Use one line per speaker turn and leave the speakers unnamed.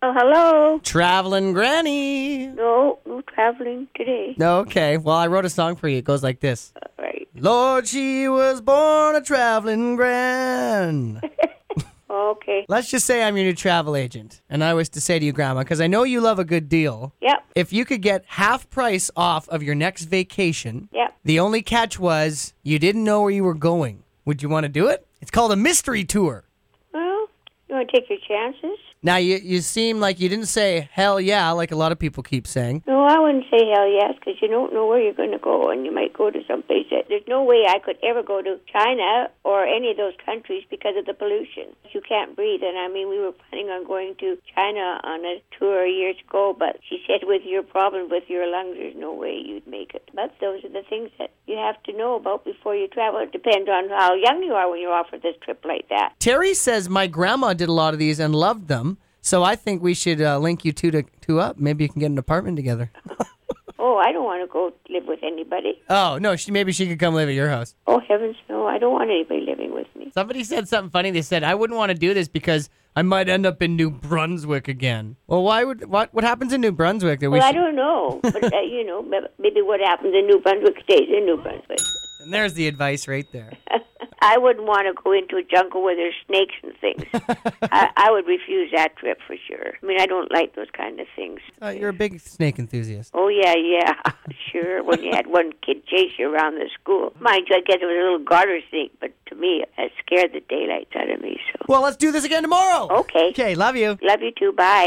Oh, hello.
Traveling Granny.
No, no traveling today.
Okay, well, I wrote a song for you. It goes like this
All right.
Lord, she was born a traveling gran.
Okay.
Let's just say I'm your new travel agent. And I was to say to you, Grandma, because I know you love a good deal.
Yep.
If you could get half price off of your next vacation,
Yep.
the only catch was you didn't know where you were going. Would you want to do it? It's called a mystery tour.
Well, you want to take your chances?
Now, you, you seem like you didn't say hell yeah, like a lot of people keep saying.
No, I wouldn't say hell yes because you don't know where you're going to go, and you might go to some place that there's no way I could ever go to China or any of those countries because of the pollution. You can't breathe, and I mean, we were planning on going to China on a tour years ago, but she said with your problem with your lungs, there's no way you'd make it. But those are the things that you have to know about before you travel. It depends on how young you are when you're offered this trip like that.
Terry says my grandma did a lot of these and loved them. So I think we should uh, link you two to two up. Maybe you can get an apartment together.
Oh, I don't want to go live with anybody.
Oh no, she maybe she could come live at your house.
Oh, heavens no, I don't want anybody living with me.
Somebody said something funny. They said I wouldn't want to do this because I might end up in New Brunswick again. Well, why would what what happens in New Brunswick that we
Well, I
should-
don't know, but uh, you know, m- maybe what happens in New Brunswick stays in New Brunswick.
And there's the advice right there.
I wouldn't want to go into a jungle where there's snakes and things. I, I would refuse that trip for sure. I mean, I don't like those kind of things.
Uh, you're a big snake enthusiast.
Oh yeah, yeah, sure. When you had one kid chase you around the school, mind you, I guess it was a little garter snake, but to me, it scared the daylights out of me. So
Well, let's do this again tomorrow.
Okay.
Okay, love you.
love you too. Bye.